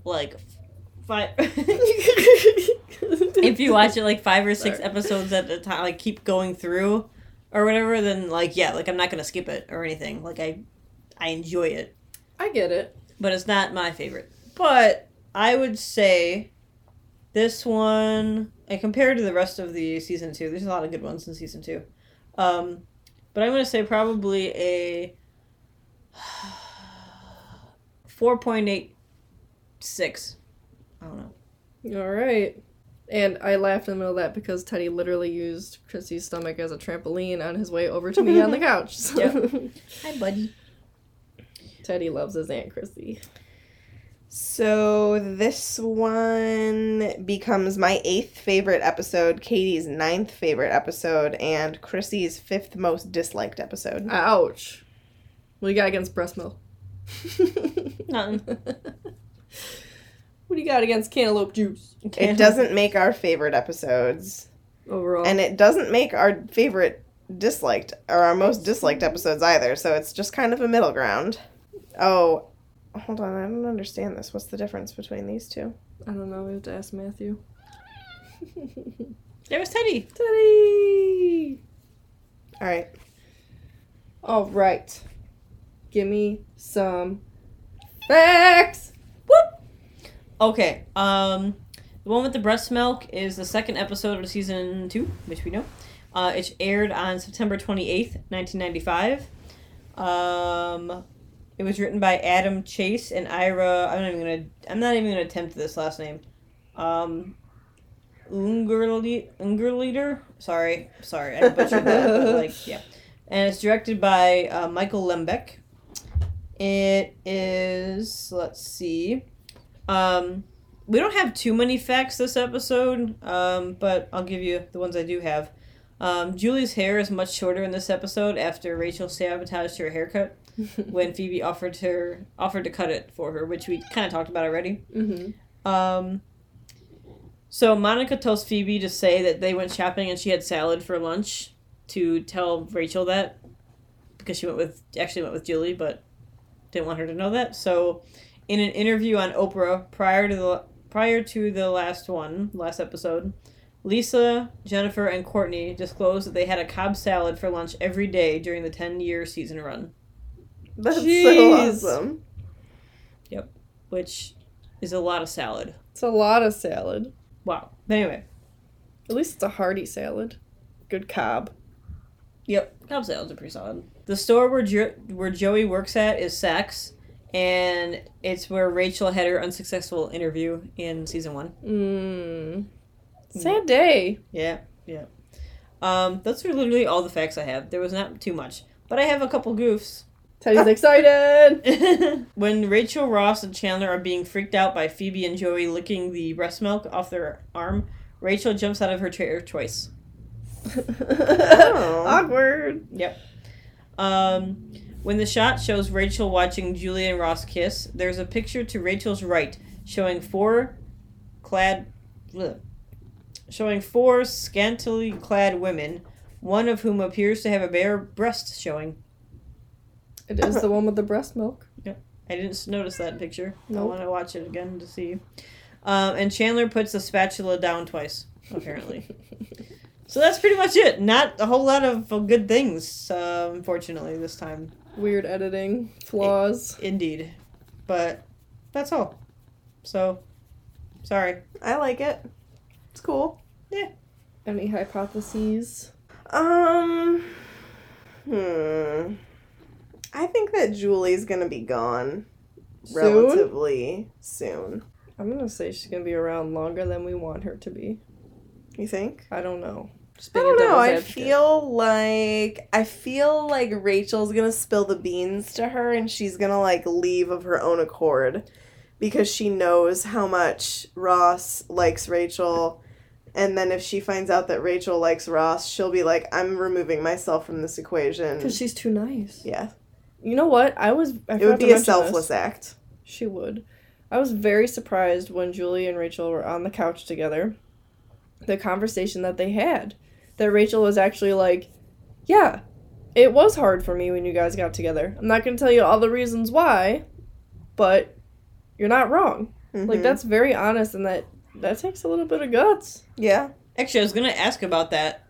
Speaker 3: like [laughs] five
Speaker 5: [laughs]
Speaker 3: if you watch it like five or six
Speaker 5: Sorry.
Speaker 3: episodes at a time like keep going through or whatever then like yeah like i'm not gonna skip it or anything like i i enjoy it
Speaker 5: I get it.
Speaker 3: but it's not my favorite but i would say this one and compared to the rest of the season two there's a lot of good ones in season two um but i'm gonna say probably a [sighs] 4.86 i don't know
Speaker 5: All right. And I laughed in the middle of that because Teddy literally used Chrissy's stomach as a trampoline on his way over to me on the couch. [laughs] So
Speaker 3: Hi, buddy.
Speaker 5: Teddy loves his Aunt Chrissy.
Speaker 4: So this one becomes my eighth favorite episode, Katie's ninth favorite episode, and Chrissy's fifth most disliked episode.
Speaker 5: Uh. Ouch. What do you got against breast milk? [laughs]
Speaker 3: Nothing.
Speaker 5: What do you got against cantaloupe juice?
Speaker 4: [laughs] It doesn't make our favorite episodes,
Speaker 5: Overall.
Speaker 4: and it doesn't make our favorite disliked or our most disliked episodes either. So it's just kind of a middle ground. Oh, hold on, I don't understand this. What's the difference between these two?
Speaker 5: I don't know. We have to ask Matthew. [laughs]
Speaker 3: There was Teddy.
Speaker 5: Teddy!
Speaker 4: All right. [laughs]
Speaker 5: All right. Give me some facts.
Speaker 3: Okay. Um, the one with the breast milk is the second episode of season two, which we know. Uh, it aired on September twenty eighth, nineteen ninety five. Um, it was written by Adam Chase and Ira. I'm not even gonna. I'm not even gonna attempt this last name. Um, Ungerle- Ungerleader. Sorry, sorry, I butchered that. but like, yeah. And it's directed by uh, Michael Lembeck. It is. Let's see. Um, we don't have too many facts this episode, um, but I'll give you the ones I do have. Um, Julie's hair is much shorter in this episode after Rachel sabotaged her haircut when Phoebe offered her offered to cut it for her, which we kind of talked about already.
Speaker 5: Mm-hmm.
Speaker 3: Um, so Monica tells Phoebe to say that they went shopping and she had salad for lunch to tell Rachel that because she went with actually went with Julie, but didn't want her to know that. So, in an interview on Oprah prior to the prior to the last one, last episode, Lisa, Jennifer, and Courtney disclosed that they had a Cobb salad for lunch every day during the ten year season run,
Speaker 4: That's
Speaker 5: Jeez.
Speaker 4: so awesome.
Speaker 3: which is a lot of salad.
Speaker 5: It's a lot of salad.
Speaker 3: Wow. But anyway,
Speaker 5: At least it's a hearty salad. Good cob.
Speaker 3: Yep, Cobb salads are pretty solid. The store where jo- where Joey works at is Saks, and it's where Rachel had her unsuccessful interview in season one.
Speaker 4: Mm.
Speaker 5: Mmm. Mm. Sad day.
Speaker 3: Yeah, yeah. Um, those are literally all the facts I have. There was not too much, but I have a couple [laughs] goofs.
Speaker 5: Teddy's [laughs] excited.
Speaker 3: when Rachel Ross and Chandler are being freaked out by Phoebe and Joey licking the breast milk off their arm, Rachel jumps out of her chair twice.
Speaker 5: [laughs] Awkward.
Speaker 3: Yep. Um, when the shot shows Rachel watching Julie and Ross kiss, there's a picture to Rachel's right showing four clad, bleh, showing four scantily clad women, one of whom appears to have a bare breast showing.
Speaker 5: It is the one with the breast milk.
Speaker 3: I didn't s- notice that picture. I
Speaker 5: Nope.
Speaker 3: want to watch it again to see. Um, and Chandler puts the spatula down twice, apparently. so that's pretty much it. Not a whole lot of uh, good things, uh, unfortunately, this time.
Speaker 5: Weird editing flaws.
Speaker 3: Indeed. But that's all. So, sorry.
Speaker 4: Oh, I like it. It's cool.
Speaker 5: Any hypotheses?
Speaker 4: Um, hmm. I think that Julie's gonna be gone
Speaker 5: Soon?
Speaker 4: relatively soon.
Speaker 5: I'm gonna say she's gonna be around longer than we want her to be.
Speaker 4: You think?
Speaker 5: I don't know. Just
Speaker 4: I
Speaker 5: being
Speaker 4: don't
Speaker 5: a
Speaker 4: know.
Speaker 5: devil's
Speaker 4: I
Speaker 5: advocate.
Speaker 4: feel like I feel like Rachel's gonna spill the beans to her, and she's gonna like leave of her own accord because she knows how much Ross likes Rachel. And then if she finds out that Rachel likes Ross, she'll be like, "I'm removing myself from this equation."
Speaker 5: because she's too nice.
Speaker 4: yeah,
Speaker 5: You know what? I was. I
Speaker 4: it would be a selfless
Speaker 5: This.
Speaker 4: act.
Speaker 5: She would. I was very surprised when Julie and Rachel were on the couch together. The conversation that they had, that Rachel was actually like, "Yeah, it was hard for me when you guys got together. I'm not gonna tell you all the reasons why, but you're not wrong. Like
Speaker 4: Mhm.
Speaker 5: that's very honest, and that that takes a little bit of guts.
Speaker 4: Yeah,
Speaker 3: Actually, I was going to ask about that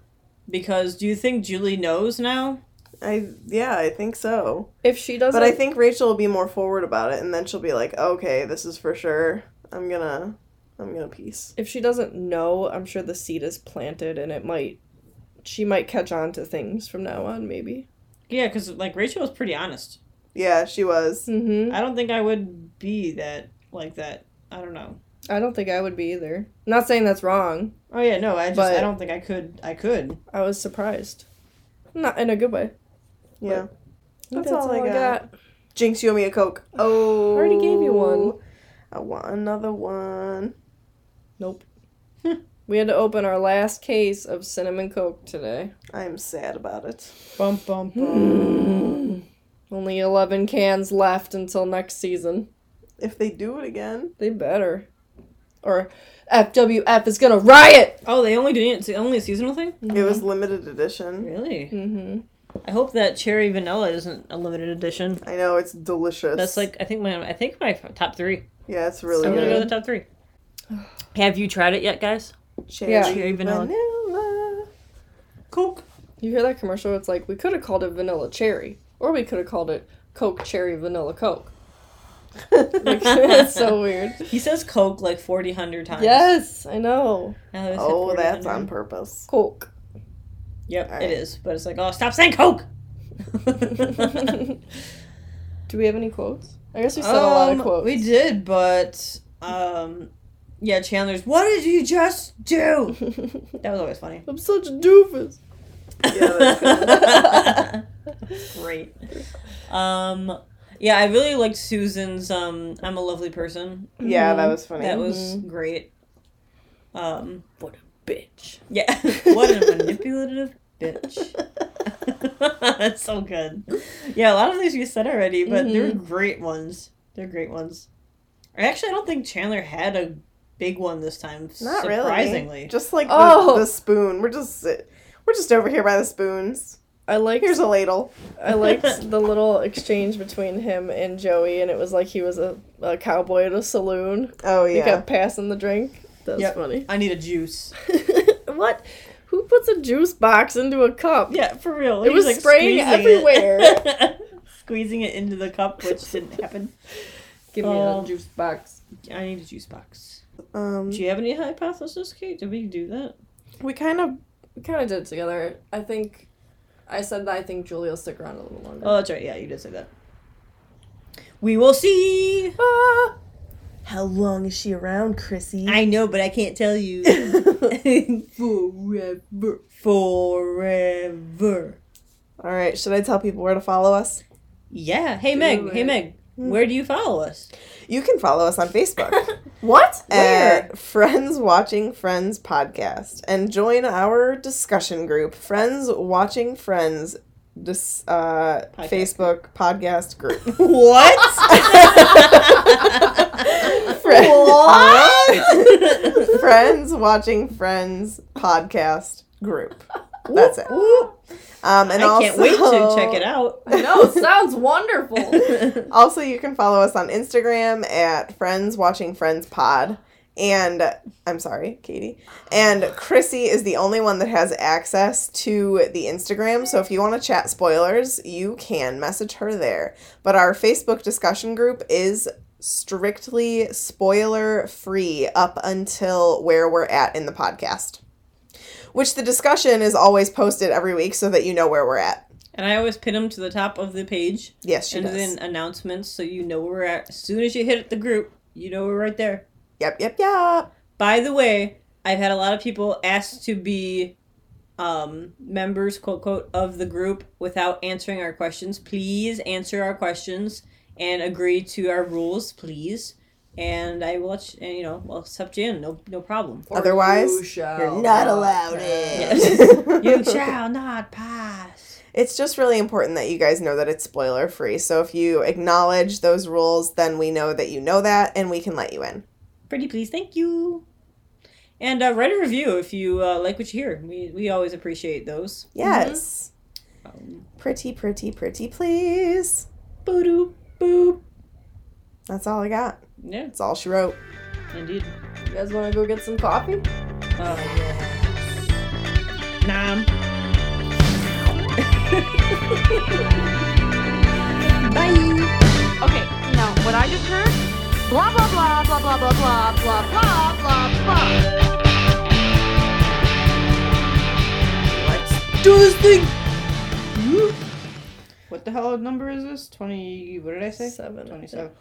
Speaker 3: because do you think Julie knows now?
Speaker 4: I yeah, I think so.
Speaker 5: If she doesn't,
Speaker 4: But I think Rachel will be more forward about it, and then she'll be like, "Okay, this is for sure. I'm gonna, I'm gonna peace."
Speaker 5: if she doesn't know, I'm sure the seed is planted, and it might, she might catch on to things from now on, maybe.
Speaker 3: Yeah, because, like, Rachel was pretty honest.
Speaker 4: Yeah, she was.
Speaker 5: Mm-hmm.
Speaker 3: I don't think I would be that, like that. I don't know.
Speaker 5: I don't think I would be either. Not saying that's wrong.
Speaker 3: Oh, yeah, no, I just,
Speaker 5: But-
Speaker 3: I don't think I could, I could.
Speaker 5: I was surprised, not in a good way.
Speaker 4: Yeah.
Speaker 5: I think
Speaker 4: That's all I got. Jinx, you owe me a coke. Oh,
Speaker 5: already gave you one.
Speaker 4: I want another one. [laughs]
Speaker 5: Nope. we had to open our last case of cinnamon coke today.
Speaker 4: I'm sad about it.
Speaker 3: Bum, bum, bum.
Speaker 5: [gasps] Only eleven cans left until next season.
Speaker 4: If they do it again,
Speaker 5: They better. Or FWF is gonna riot.
Speaker 3: oh, they only doing it, it's only a seasonal thing?
Speaker 4: it was limited edition.
Speaker 3: Really?
Speaker 5: Mm-hmm.
Speaker 3: I hope that cherry vanilla isn't a limited edition.
Speaker 4: I know it's delicious.
Speaker 3: That's like, I think my, I think my top three.
Speaker 4: yeah, it's really
Speaker 3: I'm gonna go
Speaker 4: good.
Speaker 3: to the top three. Have you tried it yet, guys?
Speaker 4: Cherry
Speaker 5: Yeah.
Speaker 3: Cherry vanilla.
Speaker 4: vanilla.
Speaker 3: Coke.
Speaker 5: You hear that commercial? It's like we could have called it vanilla cherry, or we could have called it Coke cherry vanilla Coke. [laughs] Like, it's
Speaker 3: [laughs]
Speaker 5: so weird.
Speaker 3: He says Coke like 40, 100 times.
Speaker 5: Yes, I know.
Speaker 3: Now that I said
Speaker 4: Oh,
Speaker 3: 40,
Speaker 4: that's
Speaker 3: 100.
Speaker 4: on purpose.
Speaker 5: Coke. [laughs]
Speaker 3: Yep,
Speaker 4: All right.
Speaker 3: it is. But it's like, oh, stop saying Coke!
Speaker 5: Do we have any quotes? I guess we said a lot of
Speaker 3: Um,
Speaker 5: quotes.
Speaker 3: We did, but um, yeah, Chandler's, what did you just do? That was always funny.
Speaker 5: [laughs] I'm such a doofus.
Speaker 4: Yeah,
Speaker 3: [laughs] Great. Um, yeah, I really liked Susan's um, I'm a lovely person.
Speaker 4: Yeah, that was funny.
Speaker 3: That was great. Um,
Speaker 5: What a bitch.
Speaker 3: yeah, [laughs] what a manipulative bitch. [laughs] That's so good. Yeah, a lot of these we said already, but they're great ones. They're great ones. Actually, I don't think Chandler had a big one this time.
Speaker 4: Not really.
Speaker 3: surprisingly.
Speaker 4: Just like
Speaker 5: Oh.
Speaker 4: the, the spoon. We're just we're just over here by the spoons.
Speaker 5: I liked
Speaker 4: Here's a ladle.
Speaker 5: I liked the little exchange between him and Joey, and it was like he was a, a cowboy at a saloon.
Speaker 4: Oh
Speaker 5: He
Speaker 4: yeah.
Speaker 5: kept passing the drink. That's
Speaker 3: Yep.
Speaker 5: funny.
Speaker 3: I need a juice.
Speaker 5: [laughs] what? Who puts a juice box into a cup?
Speaker 3: Yeah, for real.
Speaker 5: It
Speaker 3: He
Speaker 5: was spraying
Speaker 3: squeezing it.
Speaker 5: everywhere.
Speaker 3: [laughs] squeezing it into the cup, which didn't happen.
Speaker 5: Give
Speaker 3: me
Speaker 5: me
Speaker 3: a
Speaker 4: Oh.
Speaker 5: a juice box.
Speaker 3: I need a juice box.
Speaker 4: Um,
Speaker 3: Do you have any hypothesis, Kate? Did we do that?
Speaker 4: we kind of
Speaker 5: We kind of did it together. I think I said that I think Julie will stick around a little longer.
Speaker 3: Oh, that's right. Yeah, you did say that. We will see.
Speaker 4: How long is she around, Chrissy?
Speaker 3: I know, but I can't tell
Speaker 4: [laughs]
Speaker 5: Ah.
Speaker 3: you. Forever. Forever.
Speaker 4: All right, should I tell people where to follow us?
Speaker 3: Yeah. Hey, Meg. Hey,
Speaker 5: it.
Speaker 3: Meg. Where do you follow us?
Speaker 4: You can follow us on
Speaker 3: [laughs]
Speaker 4: Facebook
Speaker 5: [laughs] What?
Speaker 4: at Friends Watching Friends Podcast and join our discussion group, Friends Watching Friends dis, uh,
Speaker 3: Podcast
Speaker 4: Facebook podcast group.
Speaker 3: [laughs]
Speaker 4: [laughs]
Speaker 3: What?
Speaker 4: Friends, uh,
Speaker 3: What?
Speaker 4: Friends Watching Friends Podcast group. That's it. Um, and
Speaker 3: I
Speaker 4: also,
Speaker 3: can't wait to check it
Speaker 4: [laughs]
Speaker 3: out.
Speaker 5: I know. Sounds wonderful.
Speaker 4: Also, you can follow us on Instagram at Friends Watching Friends Pod. And I'm sorry, Katie. And Chrissy is the only one that has access to the Instagram. So if you want to chat spoilers, you can message her there. But our Facebook discussion group is strictly spoiler free up until where we're at in the podcast, which the discussion is always posted every week so that you know where we're at.
Speaker 3: And I always pin them to the top of the page
Speaker 4: Yes, she
Speaker 3: and
Speaker 4: does.
Speaker 3: then announcements so you know where we're at. As soon as you hit the group, you know we're right there.
Speaker 4: yep, yep, yep.
Speaker 3: By the way, I've had a lot of people ask to be um, members, quote, quote, of the group without answering our questions. Please answer our questions and agree to our rules, please. And I will let you, and, you know, I'll accept you in, no, no problem.
Speaker 4: Otherwise,
Speaker 5: you shall
Speaker 3: Oh,
Speaker 4: You're not allowed
Speaker 3: Yes.
Speaker 4: [laughs]
Speaker 3: [laughs]
Speaker 4: in.
Speaker 3: you shall not pass.
Speaker 4: It's just really important that you guys know that it's spoiler free. So if you acknowledge those rules, then we know that you know that and we can let you
Speaker 3: Mm-hmm.
Speaker 4: in.
Speaker 3: Pretty please, thank you. And uh, write a review if you uh, like what you hear. We, we always appreciate those.
Speaker 4: Yes.
Speaker 3: Um,
Speaker 4: Pretty, pretty, pretty, please.
Speaker 3: Boop, boop.
Speaker 4: That's all I got.
Speaker 3: Yeah,
Speaker 4: That's all she wrote.
Speaker 3: indeed.
Speaker 5: You guys want to go get some coffee?
Speaker 3: Oh, yeah. Nom. Bye.
Speaker 6: Okay, now what I just heard? Blah blah blah blah blah blah blah blah blah blah blah.
Speaker 4: Let's do this thing.
Speaker 3: What the hell number is this? 20. What did I say?
Speaker 5: Seven, I
Speaker 3: 27.